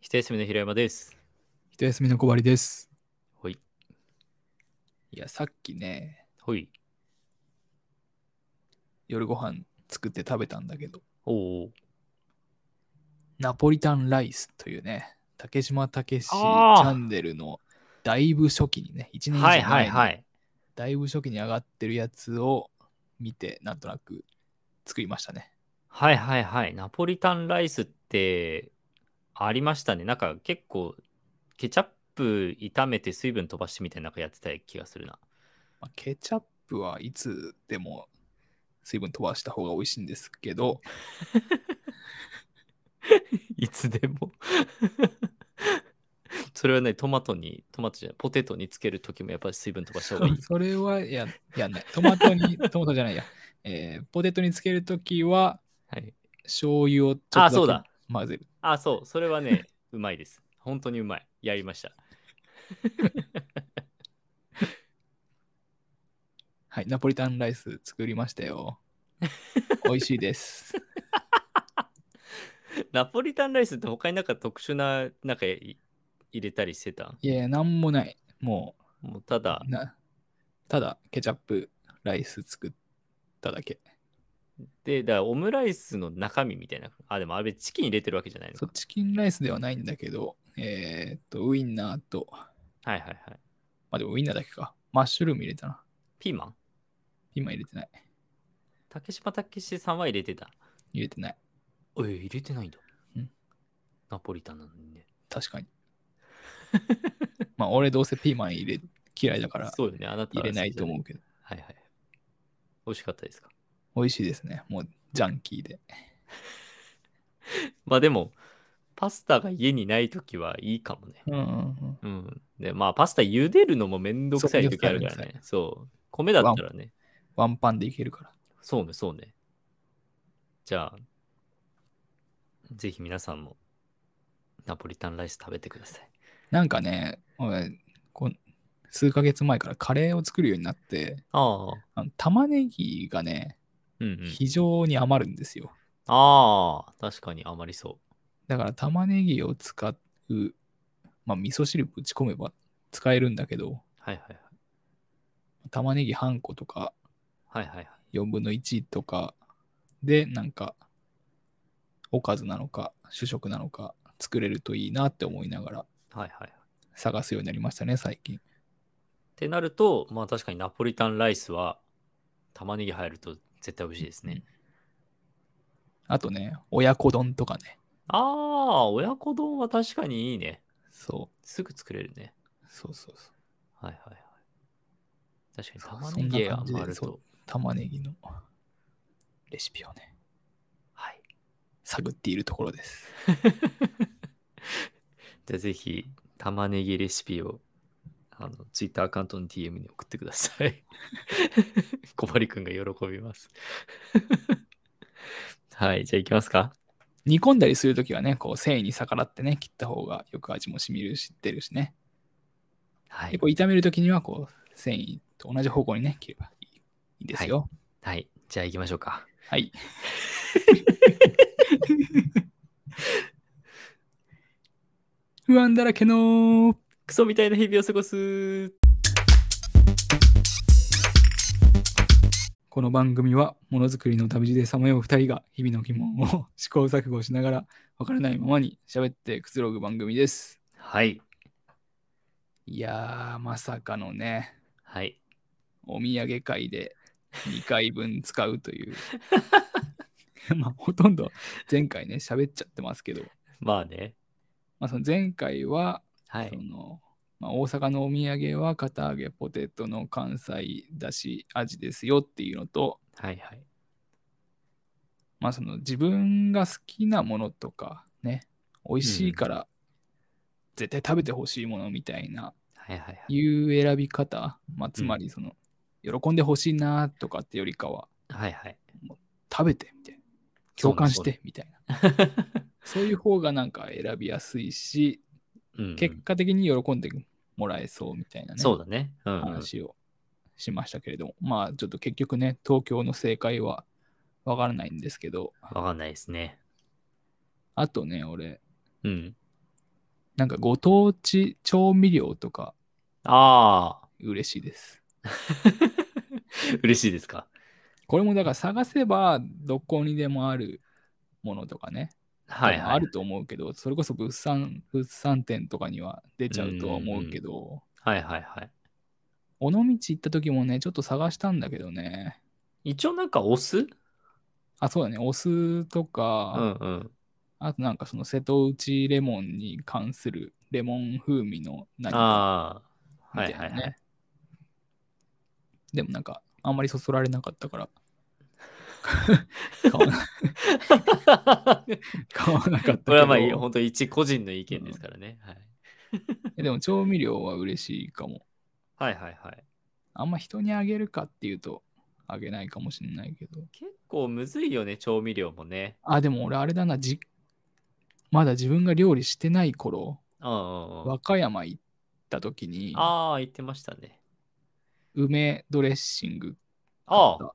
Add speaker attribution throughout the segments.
Speaker 1: 一休みの平山です。
Speaker 2: 一休みの小針です。
Speaker 1: ほい。
Speaker 2: いや、さっきね、
Speaker 1: ほい。
Speaker 2: 夜ご飯作って食べたんだけど、
Speaker 1: おお。
Speaker 2: ナポリタンライスというね、竹島武史チ
Speaker 1: あー
Speaker 2: ャンネルのだいぶ初期にね、1年以上
Speaker 1: は
Speaker 2: 前
Speaker 1: い
Speaker 2: に
Speaker 1: はいはい。
Speaker 2: だいぶ初期に上がってるやつを見て、なんとなく作りましたね。
Speaker 1: はいはいはい。ナポリタンライスってありましたね。なんか結構ケチャップ炒めて水分飛ばしてみたいななんかやってた気がするな。
Speaker 2: まあケチャップはいつでも水分飛ばした方が美味しいんですけど、。
Speaker 1: いつでも それはね、トマトに、トマトじゃない、ポテトにつけるときもやっぱり水分飛ばした方がいい
Speaker 2: それはややんない。トマトに、 トマトじゃないや、えーポテトにつけるときは、
Speaker 1: はい、
Speaker 2: 醤油をちょっと
Speaker 1: あそうだ
Speaker 2: だけ混ぜる。
Speaker 1: あ、そう、それはね、うまいです。本当にうまい。やりました。
Speaker 2: はい、ナポリタンライス作りました よ。美味しいです。
Speaker 1: ナポリタンライスって他になんか特殊な、なんかい入れたりしてた
Speaker 2: いやいや、なんもない。も
Speaker 1: もうただ
Speaker 2: う、、なただ、ケチャップライス作っただけ。
Speaker 1: で、だからオムライスの中身みたいな。あ、でもあれチキン入れてるわけじゃないの
Speaker 2: そ
Speaker 1: か
Speaker 2: う、。チキンライスではないんだけど、えーっと、ウインナーと、ま
Speaker 1: はいはいはい。
Speaker 2: あでもウインナーだけか。マッシュルーム入れたな。
Speaker 1: ピーマン
Speaker 2: 今入れてない。
Speaker 1: 竹島武史さんは入れてた。
Speaker 2: 入れてない。
Speaker 1: え、入れてないんだ
Speaker 2: うん。
Speaker 1: ナポリタンなんでね。
Speaker 2: 確 かに。まあ、俺どうせピーマン入れ嫌いだから
Speaker 1: そうよね、あなた
Speaker 2: 入れないと思
Speaker 1: う。
Speaker 2: うけど、
Speaker 1: はいはい。美味しかったですか。
Speaker 2: 美味しいですね。もう、ジャンキーで。
Speaker 1: まあでも、パスタが家にないときはいいかもね。
Speaker 2: うんうんうん。
Speaker 1: うん。で、まあパスタ茹でるのもめんどくさいときあるから
Speaker 2: そうめんどく
Speaker 1: ね。そう。米だったらね。
Speaker 2: ワンパンでいけるから。
Speaker 1: そうね、そうね。じゃあ、ぜひ皆さんもナポリタンライス食べてください。
Speaker 2: なんかね、俺こん数ヶ月前からカレーを作るようになって、
Speaker 1: ああ、
Speaker 2: あの玉ねぎがね、
Speaker 1: うんうん。
Speaker 2: 非常に余るんですよ。
Speaker 1: ああ、確かに余りそ
Speaker 2: だから玉ねぎを使う、まあ味噌汁ぶち込めば使えるんだけど、
Speaker 1: う。はいはい
Speaker 2: 玉ねぎ半個とか
Speaker 1: はい。はいはいはい。
Speaker 2: 4分の1とかで、なんか、おかずなのか主食なのか作れるといいなって思いながら
Speaker 1: はいはい。っ
Speaker 2: 探すようになりましたね、最近。
Speaker 1: てなると、まあ確かにナポリタンライスは玉ねぎ入ると絶対美味しいですね。
Speaker 2: あとね、親子丼とかね。
Speaker 1: ああ、親子丼は確かにいいね。
Speaker 2: そ
Speaker 1: すぐ作れるね。
Speaker 2: う、そうそうそう。
Speaker 1: はいはいはい。確
Speaker 2: そう
Speaker 1: かに玉ねぎ
Speaker 2: そんな感じで
Speaker 1: 余る
Speaker 2: そ
Speaker 1: と
Speaker 2: う。玉ねぎのレシピをね、
Speaker 1: はい。
Speaker 2: 探っているところです。
Speaker 1: じゃあぜひ、玉ねぎレシピを、あの、ツイッターアカウントの DM に送ってください。 小針くんが喜びます。 はい、じゃあ行きますか。
Speaker 2: 煮込んだりするときはね、こう繊維に逆らってね、切った方がよく味も染みるし、出るしね。
Speaker 1: は
Speaker 2: で
Speaker 1: い
Speaker 2: こ。う炒めるときには、こう繊維と同じ方向にね、切ればいいいいですよ。
Speaker 1: はい、じゃあ行きましょうか。
Speaker 2: はい。 不安だらけの
Speaker 1: クソみたいな日々を過ごす。
Speaker 2: この番組はものづくりの旅路でさまよう2人が日々の疑問を試行錯誤しながら分からないままに喋ってくつろぐ番組です。
Speaker 1: はい。
Speaker 2: いやーまさかのね
Speaker 1: はい。
Speaker 2: お土産会で2回分使うという まあほとんど前回ね喋っちゃってますけど、
Speaker 1: まあね。
Speaker 2: まあ、その前回は
Speaker 1: は
Speaker 2: そ
Speaker 1: い。
Speaker 2: の、まあ、大阪のお土産は堅揚げポテトの関西だし味ですよっていうのと
Speaker 1: はいはい。
Speaker 2: まあその自分が好きなものとかね、美味しいから絶対食べてほしいものみたいな、
Speaker 1: はいはいはい。
Speaker 2: いう選び方、まあつまりその、喜んでほしいなとかってよりかは、
Speaker 1: はいはい。
Speaker 2: 食べてみたいな、共感し
Speaker 1: そうね。
Speaker 2: てみたいな、そういう方がなんか選びやすいし、
Speaker 1: そうねうんうん
Speaker 2: 結果的に喜んでもらえそうみたいなね、
Speaker 1: そうだね。うんうん。
Speaker 2: 話をしましたけれども、まあちょっと結局ね、東京の正解はわからないんですけど、
Speaker 1: わかんないですね。
Speaker 2: あとね、俺、
Speaker 1: うん。
Speaker 2: なんかご当地調味料とか
Speaker 1: ああ、
Speaker 2: 嬉しいです。
Speaker 1: 嬉しいですか。
Speaker 2: これもだから探せばどこにでもあるものとかね、
Speaker 1: はい
Speaker 2: 多分
Speaker 1: は
Speaker 2: あ
Speaker 1: い。
Speaker 2: ると思うけど、それこそ物産物産展とかには出ちゃうとは思うけど、
Speaker 1: はいはいはい。
Speaker 2: 尾道行った時もね、ちょっと探したんだけどね、
Speaker 1: 一応なんかお酢
Speaker 2: あ、そうだね、お酢とか、
Speaker 1: うんうん。
Speaker 2: あとなんかその瀬戸内レモンに関するレモン風味の何か
Speaker 1: ああ、
Speaker 2: み
Speaker 1: は
Speaker 2: た
Speaker 1: い
Speaker 2: いなね。
Speaker 1: はいはい。
Speaker 2: でもなんかあんまりそそられなかっ たから。買わな買わなかったけど。
Speaker 1: これはまあ、本当一個人の意見ですからね。はい
Speaker 2: えでも調味料は嬉しいかも。
Speaker 1: はいはいはい。
Speaker 2: あんま人にあげるかっていうとあげないかもしれないけど。
Speaker 1: 結構むずいよね、調味料もね。
Speaker 2: あ、でも俺あれだな、じまだ自分が料理してない頃、
Speaker 1: うんうんうん
Speaker 2: 和歌山行った時に
Speaker 1: ああ、言ってましたね。
Speaker 2: 梅ドレッシング買
Speaker 1: あ
Speaker 2: った
Speaker 1: あ、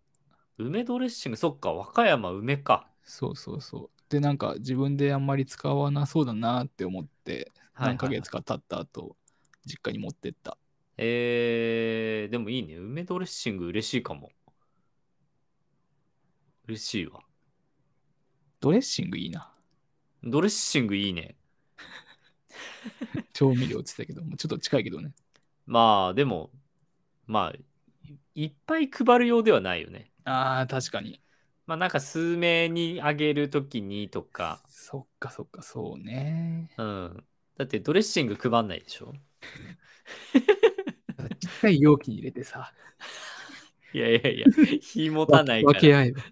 Speaker 1: 梅ドレッシング、そっか、和歌山梅か。
Speaker 2: そうそうそう。で、なんか自分であんまり使わなそうだなって思って、
Speaker 1: はいはいはい
Speaker 2: 何ヶ月か経った後、実家に持ってった。
Speaker 1: えー、でもいいね。梅ドレッシング嬉しいかも。嬉しいわ。
Speaker 2: ドレッシングいいな。
Speaker 1: ドレッシングいいね。
Speaker 2: 調味料って言ってたけど、もうちょっと近いけどね。
Speaker 1: まあ、でも、まあ、いいっぱい配るようではないよね。
Speaker 2: ああ、確かに。
Speaker 1: まあ、なんか数名にあげるときにとか、
Speaker 2: そっかそっか、そうね。
Speaker 1: うん。だってドレッシング配んないでしょ
Speaker 2: ちっちゃい容器に入れてさ、
Speaker 1: いやいやい や、日持たないか
Speaker 2: 分け合えば。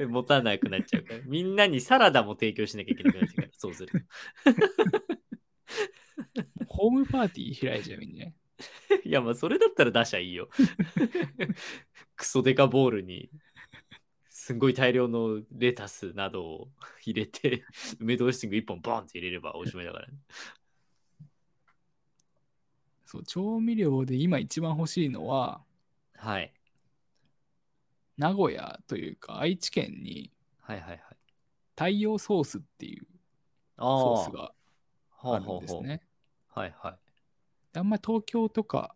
Speaker 1: ら、 持たなくなっちゃうから、みんなにサラダも提供しなきゃいけなくなっち ゃうから、そうすると。
Speaker 2: ホームパーティー開いちゃえばいいんじゃない
Speaker 1: いや、まあ、それだったら打者いいよ。 クソデカボールに、すんごい大量のレタスなどを入れて、梅ドレッシング1本ボンって入れればおしまいだから、ね。
Speaker 2: そう、調味料で今一番欲しいのは、
Speaker 1: はい。
Speaker 2: 名古屋というか愛知県に
Speaker 1: はいはいはい。
Speaker 2: 太陽ソースっていう
Speaker 1: あ
Speaker 2: ソース
Speaker 1: ー
Speaker 2: が
Speaker 1: ほ
Speaker 2: あ
Speaker 1: う
Speaker 2: る
Speaker 1: ほ
Speaker 2: ん
Speaker 1: う
Speaker 2: です
Speaker 1: ほう。
Speaker 2: ね。
Speaker 1: はいはい。
Speaker 2: あんまり東京とか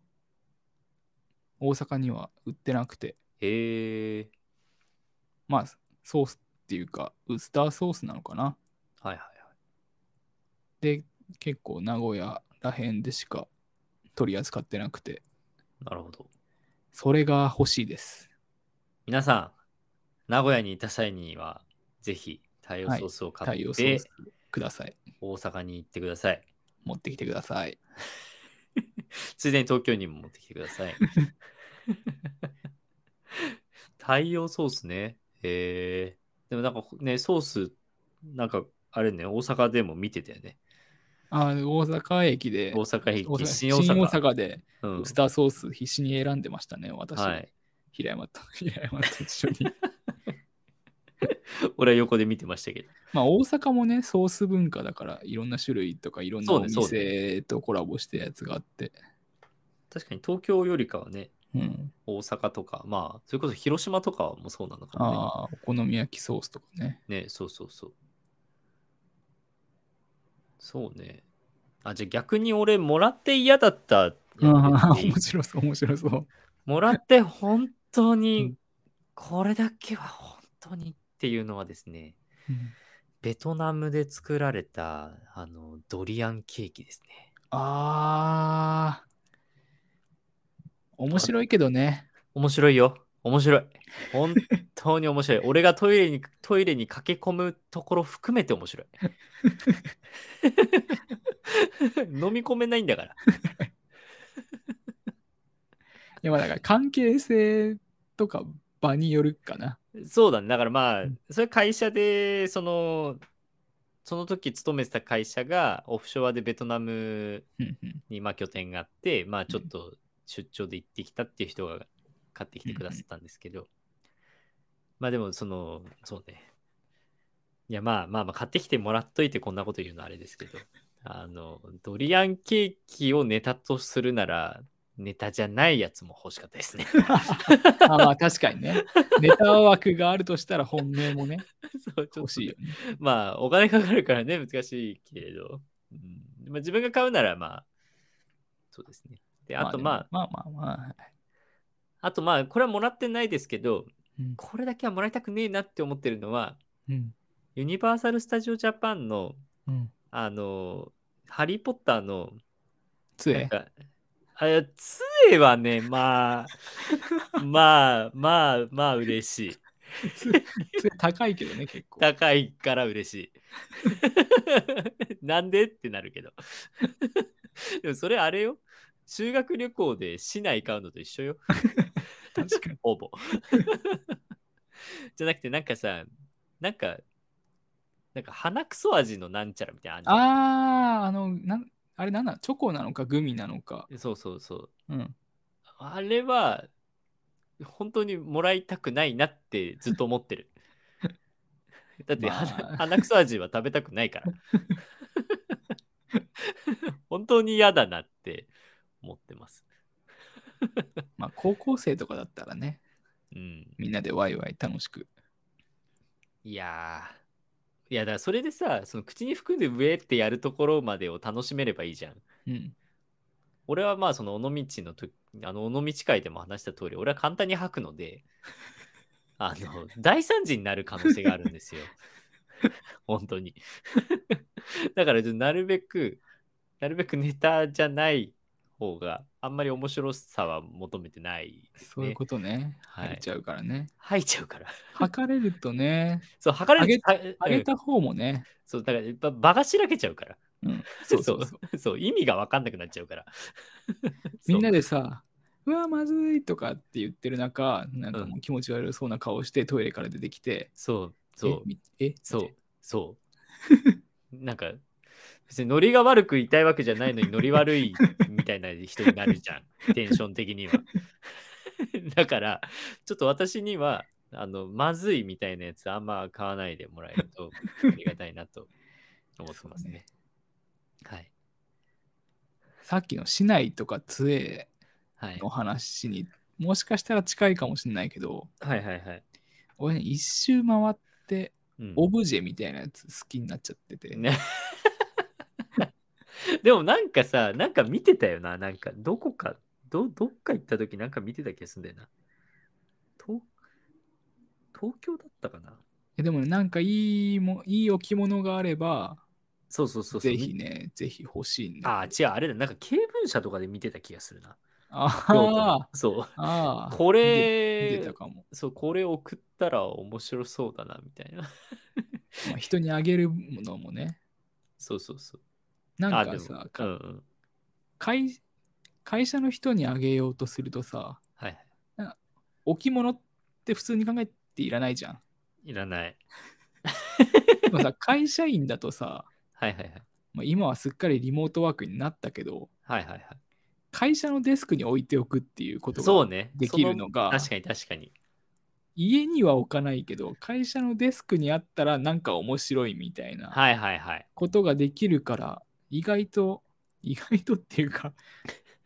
Speaker 2: 大阪には売ってなくて、
Speaker 1: へえ。
Speaker 2: まあソースっていうかウスターソースなのかな。
Speaker 1: はいはい
Speaker 2: で、結構名古屋らへんでしか取り扱ってなくて、
Speaker 1: はい。なるほど。
Speaker 2: それが欲しいです。
Speaker 1: 皆さん、名古屋にいた際には、ぜひ、太陽ソースを
Speaker 2: 太
Speaker 1: 買
Speaker 2: 陽
Speaker 1: っ
Speaker 2: ソー
Speaker 1: て
Speaker 2: ス、ください。
Speaker 1: 大阪に行ってください。
Speaker 2: 持ってきてください。
Speaker 1: ついでに東京にも持ってきてくだ さい。太陽ソースね。へえでもなんかね、ソース、なんかあれね、大阪でも見てたよね。
Speaker 2: あ、大阪駅で、
Speaker 1: 大阪
Speaker 2: 大阪
Speaker 1: 駅、
Speaker 2: 新
Speaker 1: 新大阪。
Speaker 2: 大阪で
Speaker 1: うん
Speaker 2: ウスターソース必死に選んでましたね、私。
Speaker 1: はい、
Speaker 2: 平山と、 平山と一緒に。
Speaker 1: 俺は横で見てましたけど。
Speaker 2: まあ大阪もね、ソース文化だから、いろんな種類とかいろんな
Speaker 1: そ
Speaker 2: お
Speaker 1: うねそうね
Speaker 2: 店とコラボしたやつがあって。
Speaker 1: 確かに東京よりかはね、
Speaker 2: うん。
Speaker 1: 大阪とか、まあ、それこそ広島とかもそうなのかも
Speaker 2: ああ、お好み焼きソースとかね。
Speaker 1: ね。ね、そうそうそう。そうね。あ、じゃあ逆に俺、もらって嫌だったやつ言
Speaker 2: ああ、
Speaker 1: っていい
Speaker 2: 面白そう、面白そう。
Speaker 1: もらって本当
Speaker 2: う
Speaker 1: に
Speaker 2: ん
Speaker 1: これだけは本当にっていうのはですね、
Speaker 2: うん
Speaker 1: ベトナムで作られたあのドリアンケーキですね。
Speaker 2: ああ。面白いけどね。
Speaker 1: 面白いよ。面 白い。本当に面白い。俺がトイレにトイレに駆け込むところ含めて面 白い。飲み込めないんだから。
Speaker 2: いやまあだから関係性とか場によるかな。
Speaker 1: そうだね。だからまあ
Speaker 2: うん、
Speaker 1: それ会社で、その、その時勤めてた会社がオフショアでベトナム
Speaker 2: うん うん
Speaker 1: にまあ拠点があって、まあ、ちょっと出張で行ってきたっていう人が買ってきてくださったんですけど、まあでもそのそうねいやまあまあまあ買ってきてもらっといてこんなこと言うのあれですけど あのドリアンケーキをネタとするならネタじゃないやつも欲しかった ですね
Speaker 2: あまあ確かにね。ネタ枠があるとしたら本命もね、
Speaker 1: そうちょっと
Speaker 2: 欲しいよね。
Speaker 1: まあお金かかるからね難しいけれど、うんまあ、自分が買うならまあ、そうですね。で、あとまあ、あ
Speaker 2: まあまあまあまあ。
Speaker 1: とまあ、これはもらってないですけど、
Speaker 2: うん
Speaker 1: これだけはもらいたくねえなって思ってるのは、
Speaker 2: うん。
Speaker 1: ユニバーサル・スタジオ・ジャパンの、
Speaker 2: うん。
Speaker 1: あの、ハリー・ポッターの、なん
Speaker 2: 杖
Speaker 1: か、あいや杖はね、ま あ、まあ、まあ、まあ、嬉しい。
Speaker 2: 杖高いけどね、結構。
Speaker 1: 高いから嬉しい。 なんでってなるけど。 でもそれあれよ。修学旅行で市内買うのと一緒よ。
Speaker 2: 確かに。
Speaker 1: ほぼ。 じゃなくてなんかさ、なんか、なんか鼻くそ味のなんちゃらみたいなのあんじ
Speaker 2: あー、あの、なんあれなんだ、チョコなのか、グミなのか。
Speaker 1: ゃんそうそうそう。
Speaker 2: うん。
Speaker 1: あれは、本当にもらいたくないなってずっと思ってる。 だって
Speaker 2: まあ
Speaker 1: 鼻、鼻くそ味は食べたくない から。本当に嫌だなって思ってます。
Speaker 2: まあ、高校生とかだったらね、
Speaker 1: うん。
Speaker 2: みんなでワイワイ楽しく。
Speaker 1: いやー。いやだからそれでさ、その口に含んで上ってやるところまでを楽しめればいいじゃん。
Speaker 2: うん。
Speaker 1: 俺はまあその尾道のとあの尾道会でも話した通り俺は簡単に吐くの であの大惨事になる可能性があるん ですよ本当に だからちょっとなるべくなるべくネタじゃない方があんまり面白さは求めてないです
Speaker 2: そういう
Speaker 1: ね
Speaker 2: ことね。
Speaker 1: はい
Speaker 2: 入っちゃうからね。
Speaker 1: 吐いちゃうから
Speaker 2: 測れるとね、
Speaker 1: そう吐かれる
Speaker 2: あ
Speaker 1: はう
Speaker 2: げ
Speaker 1: ん
Speaker 2: た方もね、
Speaker 1: そうだからやっぱ場がしらけちゃうから
Speaker 2: うん、
Speaker 1: そうそうそう意味が分かんなくなっちゃうから
Speaker 2: みんな
Speaker 1: で
Speaker 2: でさ、うわ、まずいとかって言ってる中、なんかもう気持ち悪そうな顔してトイレから出てきて、
Speaker 1: そうそう
Speaker 2: えみえ
Speaker 1: そう、そう。なんか、別にノリが悪く言いたいわけじゃないのに、ノリ悪いみたいな人になる じゃん、テンション的には。 だから、ちょっと私には、あの、まずいみたいなやつ、あんま買わないでもらえる と、ありがたいなと思ってますね。はい。
Speaker 2: さっきの市内とか杖
Speaker 1: はい
Speaker 2: の。話にもしかしたら近いかもしれないけど、
Speaker 1: はいはいはい。
Speaker 2: 俺ね一周回って
Speaker 1: うん
Speaker 2: オブジェみたいなやつ好きになっちゃってて、
Speaker 1: ねでもなんかさ、なんか見てたよな、なんかどこか、どどっか行った時なんか見てた気がするんだよな。東東京だったかな
Speaker 2: えでもねなんかいいもいい置物があれば
Speaker 1: そうそうそうそう。
Speaker 2: ぜひねぜひ欲しいんだ
Speaker 1: ああ、違う、あれだ、なんか経文社とかで見てた気がするな。
Speaker 2: あー
Speaker 1: そう。
Speaker 2: あー
Speaker 1: こ
Speaker 2: 見て見
Speaker 1: れ
Speaker 2: てた、かも、
Speaker 1: そう、これ送ったら面白そうだな、みたいな。
Speaker 2: まあ、人にあげるものもね
Speaker 1: そうそうそう。
Speaker 2: なんか
Speaker 1: あ
Speaker 2: さ
Speaker 1: でも
Speaker 2: か
Speaker 1: うんうん。
Speaker 2: 会会社の人にあげようとするとさ
Speaker 1: はいはい。
Speaker 2: 置物って普通に考えていらないじゃん
Speaker 1: いらない。
Speaker 2: でもさ会社員だとさ
Speaker 1: はいはいはい。
Speaker 2: まあ、今はすっかりリモートワークになったけど
Speaker 1: はいはいはい。
Speaker 2: 会社のデスクに置いておくっていうこと
Speaker 1: そう
Speaker 2: が
Speaker 1: ね。
Speaker 2: できるのが
Speaker 1: そ確かに確かに。
Speaker 2: 家には置かないけど会社のデスクにあったらなんか面白いみたいな
Speaker 1: はいはいはい。
Speaker 2: ことができるから意外と意外とっていうか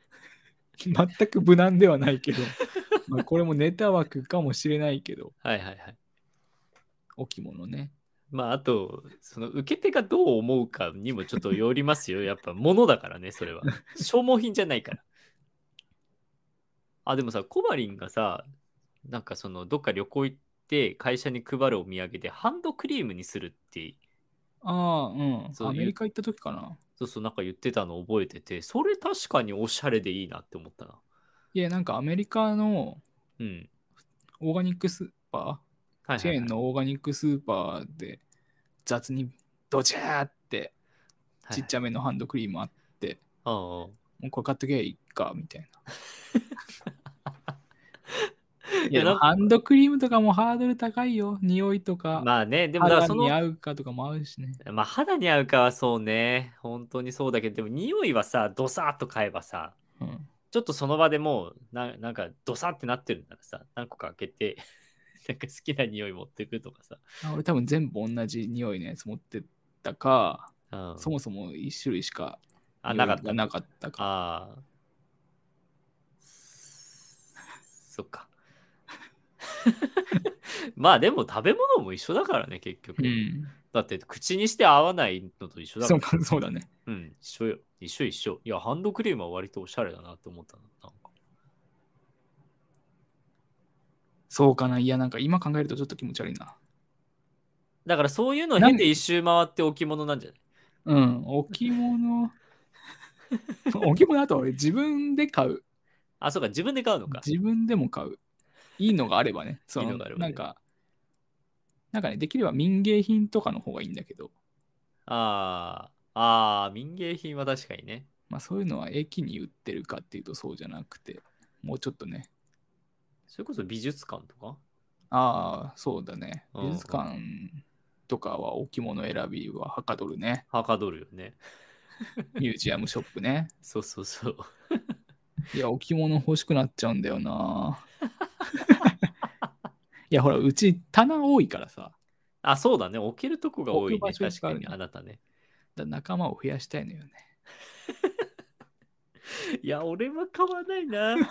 Speaker 2: 全く無難ではな いけどまあこれもネタ枠かもしれないけど
Speaker 1: はいはいはい。
Speaker 2: 置物ね
Speaker 1: まあ、あと、その受け手がどう思うかにもちょっとよります よ。やっぱ、ものだからね、それは。消耗品じゃないから。あ、でもさ、コバリンがさ、なんかその、どっか旅行行って、会社に配るお土産で、ハンドクリームにするって、
Speaker 2: ああうん
Speaker 1: そう
Speaker 2: アメリカ行った時かな
Speaker 1: そうそう、なんか言ってたの覚えてて、それ確かにおしゃれでいいなって思ったな。
Speaker 2: いやなんかアメリカの
Speaker 1: うん。
Speaker 2: オーガニックスーパー
Speaker 1: はい
Speaker 2: チ
Speaker 1: はい
Speaker 2: ェ
Speaker 1: はい
Speaker 2: ーンのオーガニックスーパーで雑にドジャーってちっち
Speaker 1: ゃい。
Speaker 2: ゃめのハンドクリームあって、
Speaker 1: はいはいああ
Speaker 2: もうこれ買っとけばいいかみたいな。い
Speaker 1: いや
Speaker 2: や
Speaker 1: な
Speaker 2: で
Speaker 1: ん
Speaker 2: も
Speaker 1: か
Speaker 2: ハンドクリームとかもハードル高いよ。匂いとか、
Speaker 1: まあね、でもだから
Speaker 2: 肌
Speaker 1: そ
Speaker 2: に
Speaker 1: の、
Speaker 2: 合うかとかも合うしね。
Speaker 1: まあ肌に合うかはそうね、本当にそうだけど、でも匂いはさ、ドサーッと買えばさ、
Speaker 2: うん、
Speaker 1: ちょっとその場でもうな、なんかドサってなってるならさ、何個か開けて、 なんか好きな匂い持ってくとかさ。
Speaker 2: あ俺多分全部同じ匂いのやつ持ってったか、
Speaker 1: うん、
Speaker 2: そもそも一種類しか
Speaker 1: あ、なかっ
Speaker 2: 匂
Speaker 1: た。
Speaker 2: いがなかったか。
Speaker 1: ああ。そっ か。まあでも食べ物も一緒だからね、結局。
Speaker 2: うん、
Speaker 1: だって口にして合わないのと一緒だ
Speaker 2: そ
Speaker 1: も
Speaker 2: うんかそうだね。
Speaker 1: うん、一緒よ。一緒一緒。いや、ハンドクリームは割とおしゃれだなって思ったの。なんか
Speaker 2: そうかな。いや、なんか今考えるとちょっと気持ち悪いな。
Speaker 1: だからそういうのを
Speaker 2: なん
Speaker 1: 経て一周回って置物なんじゃない
Speaker 2: うん、置 物。置物あとは俺自分で買う。
Speaker 1: あ、そうか、自分で買うのか。
Speaker 2: 自分でも買う。いいのがあればね。 そ
Speaker 1: いい
Speaker 2: の
Speaker 1: のがあれば
Speaker 2: な
Speaker 1: ね
Speaker 2: んか、なんかね、できれば民芸品とかの方がいいんだけど、
Speaker 1: ああ、ああ、民芸品は確かにね。
Speaker 2: まあそういうのは駅に売ってるかっていうとそうじゃなくて、もうちょっとね。
Speaker 1: それこそ美術館とか
Speaker 2: ああ、そうだね。
Speaker 1: うんうん
Speaker 2: 美術館とかは置物選びははかどるね。
Speaker 1: はかどるよね。
Speaker 2: ミュージアムショップ ね。
Speaker 1: そうそうそう。
Speaker 2: いや、置物欲しくなっちゃうんだよな。 いや、ほら、うち棚多いからさ。
Speaker 1: あ、そうだね。置けるとこが多いね。
Speaker 2: 置く場
Speaker 1: 確
Speaker 2: 所
Speaker 1: か
Speaker 2: があるね
Speaker 1: に、あなたね。
Speaker 2: だ仲間を増やしたいのよね。
Speaker 1: いや、俺は買わない な。い
Speaker 2: い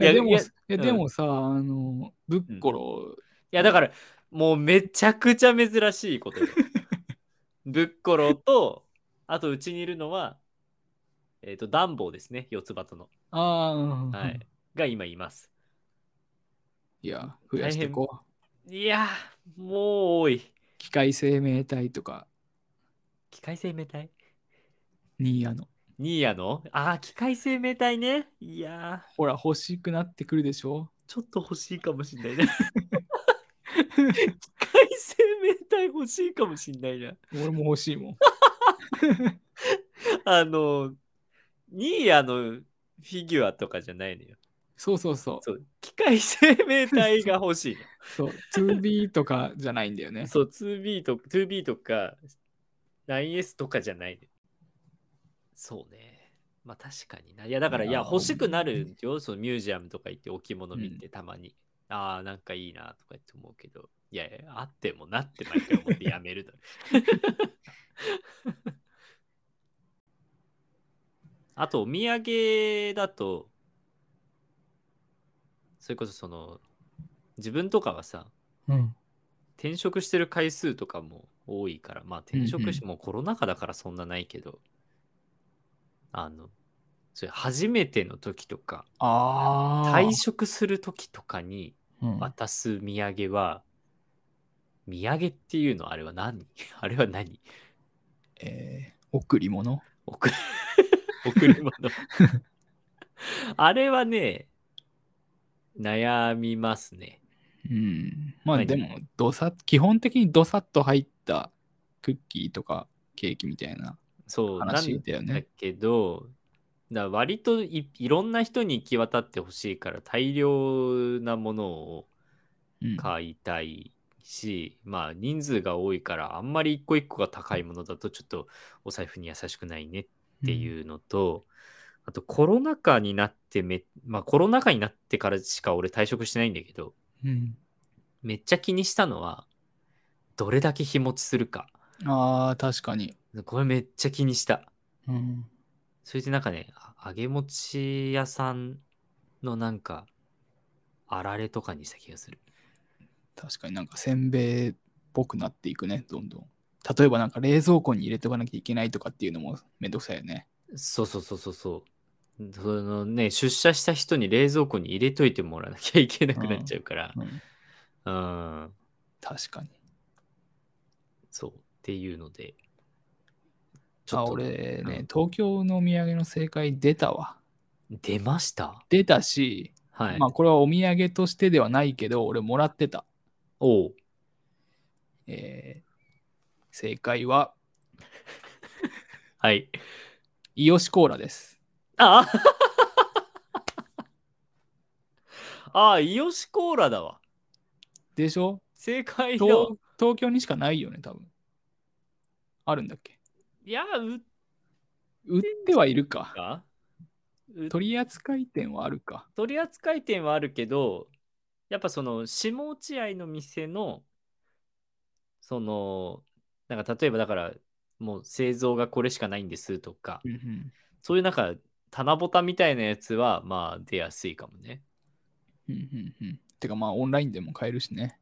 Speaker 1: や
Speaker 2: やでも
Speaker 1: いや
Speaker 2: いやでもさ、あのぶっころ、
Speaker 1: や、だから、もうめちゃくちゃ珍しいこと よ。ぶっころと、あとうちにいるのは、えっ、と、暖房ですね。四つ葉との。
Speaker 2: ああ、
Speaker 1: はい。が今います。
Speaker 2: いや増やしていこう
Speaker 1: いやー、もう多い。
Speaker 2: 機械生命体とか
Speaker 1: 機械生命体
Speaker 2: にあの
Speaker 1: ニーヤのああ、機械生命体ね。いやー、
Speaker 2: ほら欲しくなってくるでしょ
Speaker 1: ちょっと欲しいかもしんないな。機械生命体欲しいかもしんないな。
Speaker 2: 俺も欲しいも ん
Speaker 1: あの、ニーヤのフィギュアとかじゃないのよ。
Speaker 2: そうそうそう
Speaker 1: そう、機械生命体が欲しい
Speaker 2: そう 2B とかじゃないんだよね
Speaker 1: の。そう、2B と 2B とか 9S とかじゃないのよ。そうね。まあ確かにな。いやだから、いや
Speaker 2: あー
Speaker 1: 欲しくなるよ。そのミュージアムとか行って置物見てたまに。ああ、なんかいいなとか言って思うけど。いやいや、あってもなって毎回思ってやめるだろ。 あとお土産だと、それこそその、自分とかはさ、
Speaker 2: うん、
Speaker 1: 転職してる回数とかも多いから、まあ転職し、もうコロナ禍だからそんなないけど、あの、それ初めての時とか、
Speaker 2: ああ
Speaker 1: 退職する時とかに
Speaker 2: うん
Speaker 1: 渡す土産は、土産っていうのあれは何 あれは何
Speaker 2: えー贈り物
Speaker 1: 贈 り贈り物。 あれはね、悩みますね。
Speaker 2: うんまあ
Speaker 1: 何
Speaker 2: でもどさ基本的にどさっと入ったクッキーとかケーキみたいな
Speaker 1: そう、
Speaker 2: 話だよね
Speaker 1: なんだけど、だ割といいろんな人に行き渡ってほしいから、大量なものを
Speaker 2: うん
Speaker 1: 買いたいし、まあ人数が多いから、あんまり一個一個が高いものだと、ちょっとお財布に優しくないねっていうのと、あとコロナ禍になってめ、まあコロナ禍になってからしか俺退職してないんだけど、
Speaker 2: うん
Speaker 1: めっちゃ気にしたのは、どれだけ日持ちするか。
Speaker 2: ああ確かに、
Speaker 1: これめっちゃ気にした。
Speaker 2: うん、
Speaker 1: それでなんかね、あ揚げ餅屋さんのなんか、あられとかにした気がする。
Speaker 2: 確かになんかせんべいっぽくなっていくねどんどん例えばなんか冷蔵庫に入れとかなきゃいけないとかっていうのもめんどくさいよね
Speaker 1: そうそうそうそうそう。そのね、出社した人に冷蔵庫に入れといてもらわなきゃいけなくなっちゃうから。
Speaker 2: うん
Speaker 1: うん、
Speaker 2: 確かに
Speaker 1: そう。っていうので。
Speaker 2: あ俺ね、
Speaker 1: うん
Speaker 2: 東京のお土産の正解出たわ
Speaker 1: 出ました
Speaker 2: 出たし、
Speaker 1: はい。
Speaker 2: まあこれはお土産としてではないけど俺もらってた、
Speaker 1: おう
Speaker 2: えー正解は
Speaker 1: はい。
Speaker 2: イヨシコーラです
Speaker 1: ああ、イヨシコーラだわ。
Speaker 2: でしょ
Speaker 1: 正解だわ
Speaker 2: 東。東京にしかないよね多分あるんだっけ
Speaker 1: いや、う
Speaker 2: 売ってはいるか
Speaker 1: かう
Speaker 2: 取り扱い店はあるか
Speaker 1: 取り扱い店はあるけどやっぱその下落合の店のそのなんか例えばだからもう製造がこれしかないんですとかそういうなんか棚ぼたみたいなやつはまあ出やすいかもね
Speaker 2: うんうんうん。てかまあオンラインでも買えるしね。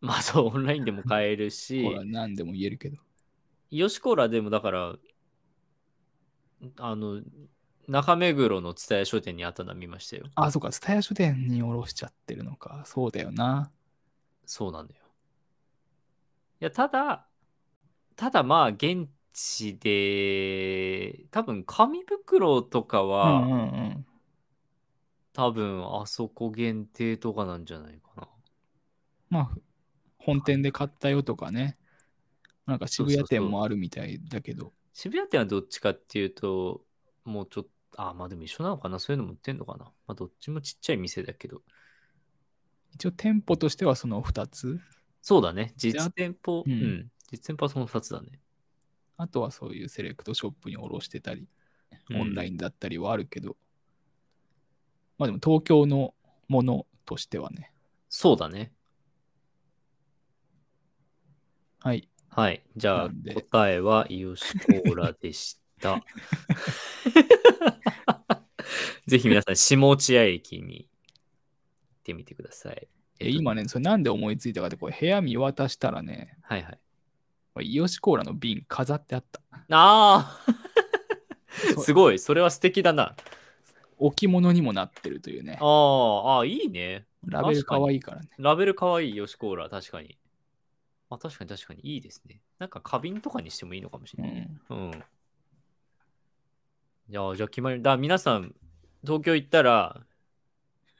Speaker 1: まあそう、オンラインでも買える し、
Speaker 2: ほら、何でも言えるけど。
Speaker 1: ヨシコーラでもだから、あの、中目黒の蔦屋商店にあったのは見ましたよ。
Speaker 2: あ、そうか、蔦屋書店におろしちゃってるのか。そうだよな。
Speaker 1: そうなんだよ。いや、ただ、ただまあ、現地で、多分紙袋とかは、
Speaker 2: うんうんうん。
Speaker 1: 多分あそこ限定とかなんじゃないかな。
Speaker 2: まあ、本店で買ったよとかね。なんか渋谷店もあるみたいだけど。
Speaker 1: 渋谷店はどっちかっていうと、もうちょっと、あ、まあでも一緒なのかなそういうのも売ってんのかなまあどっちもちっちゃい店だけど。
Speaker 2: 一応店舗としてはその2つ。
Speaker 1: そうだね。実
Speaker 2: であ
Speaker 1: 店舗、
Speaker 2: う
Speaker 1: うんん、実店舗はその2つだね。
Speaker 2: あとはそういうセレクトショップにおろしてたり、
Speaker 1: うん
Speaker 2: オンラインだったりはあるけど。まあでも東京のものとしてはね。
Speaker 1: そうだね。
Speaker 2: はい。
Speaker 1: はい。じゃ
Speaker 2: な
Speaker 1: あ
Speaker 2: んで
Speaker 1: 答えはイオシコーラでした。 ぜひ皆さん、下落合駅に行ってみてください。
Speaker 2: え今ね、それなんで思いついたかって、これ部屋見渡したらね、
Speaker 1: はいはい。
Speaker 2: イオシコーラの瓶飾ってあった。
Speaker 1: あ
Speaker 2: そ
Speaker 1: あすごい。それは素敵だな。
Speaker 2: 置物にもなってるというね。
Speaker 1: あーあー、いいね。
Speaker 2: ラベル可愛いからね。
Speaker 1: ラベルかわいいヨシコーラ、確かに。あ、確かに確かにいいですね。なんか花瓶とかにしてもいいのかもし
Speaker 2: う
Speaker 1: れない。
Speaker 2: ん。
Speaker 1: うん。じゃあ、じゃあ決まり。だ皆さん、東京行ったら、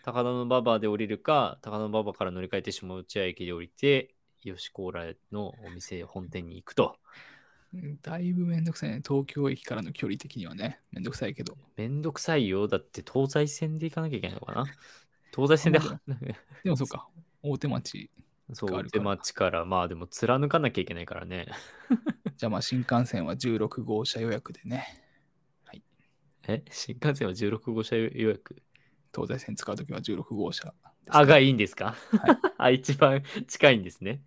Speaker 1: 高田の馬場で降りるか、高田の馬場から乗り換えて下内谷駅で降りて、ヨシコーラのお店、本店に行くと。
Speaker 2: だいぶめんどくさいね。東京駅からの距離的にはね。めんどくさいけど。
Speaker 1: めんどくさいよ。だって東西線で行かなきゃいけないのかな。東西線で
Speaker 2: あ、でもそうか。大手町。
Speaker 1: そう、
Speaker 2: があ
Speaker 1: 大
Speaker 2: るか
Speaker 1: 手
Speaker 2: ら
Speaker 1: 町から、まあでも貫かなきゃいけないからね。
Speaker 2: じゃあまあ新幹線は16号車予約でね。
Speaker 1: え新幹線は16号車予約
Speaker 2: 東西線使うときは16号車ですね、
Speaker 1: あがいいんですか、
Speaker 2: は
Speaker 1: あ一番近いんですね。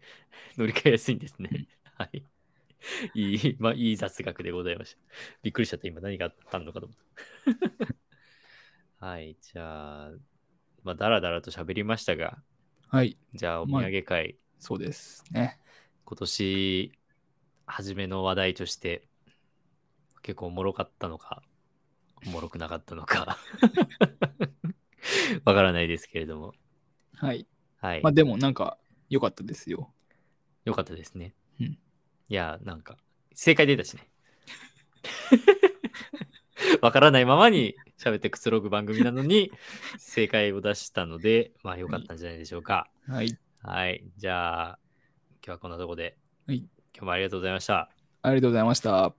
Speaker 1: 乗り換えやすいんです
Speaker 2: うん
Speaker 1: ね。はい。 いい、まあ、いい雑学でございました。びっくりしちゃった、今何があったのかと思 った。はい、じゃあ、まあ、だらだらと喋りましたが、
Speaker 2: はい。
Speaker 1: じゃあ、お土
Speaker 2: まあ
Speaker 1: 産会、
Speaker 2: そうですね。
Speaker 1: 今年、初めの話題として、結構おもろかったのか、おもろくなかったの か、わからないですけれども、
Speaker 2: はい。
Speaker 1: はい。
Speaker 2: まあでもなんか良かったですよ。
Speaker 1: よかったですね。
Speaker 2: うん
Speaker 1: いや、なんか、正解出たしね。 わからないままに喋ってくつろぐ番組なのに、正解を出したので、まあよかったんじゃないでしょうか。
Speaker 2: はい。
Speaker 1: はい。じゃあ、今日はこんなとこで、
Speaker 2: はい
Speaker 1: 今日もありがとうございました。
Speaker 2: ありがとうございました。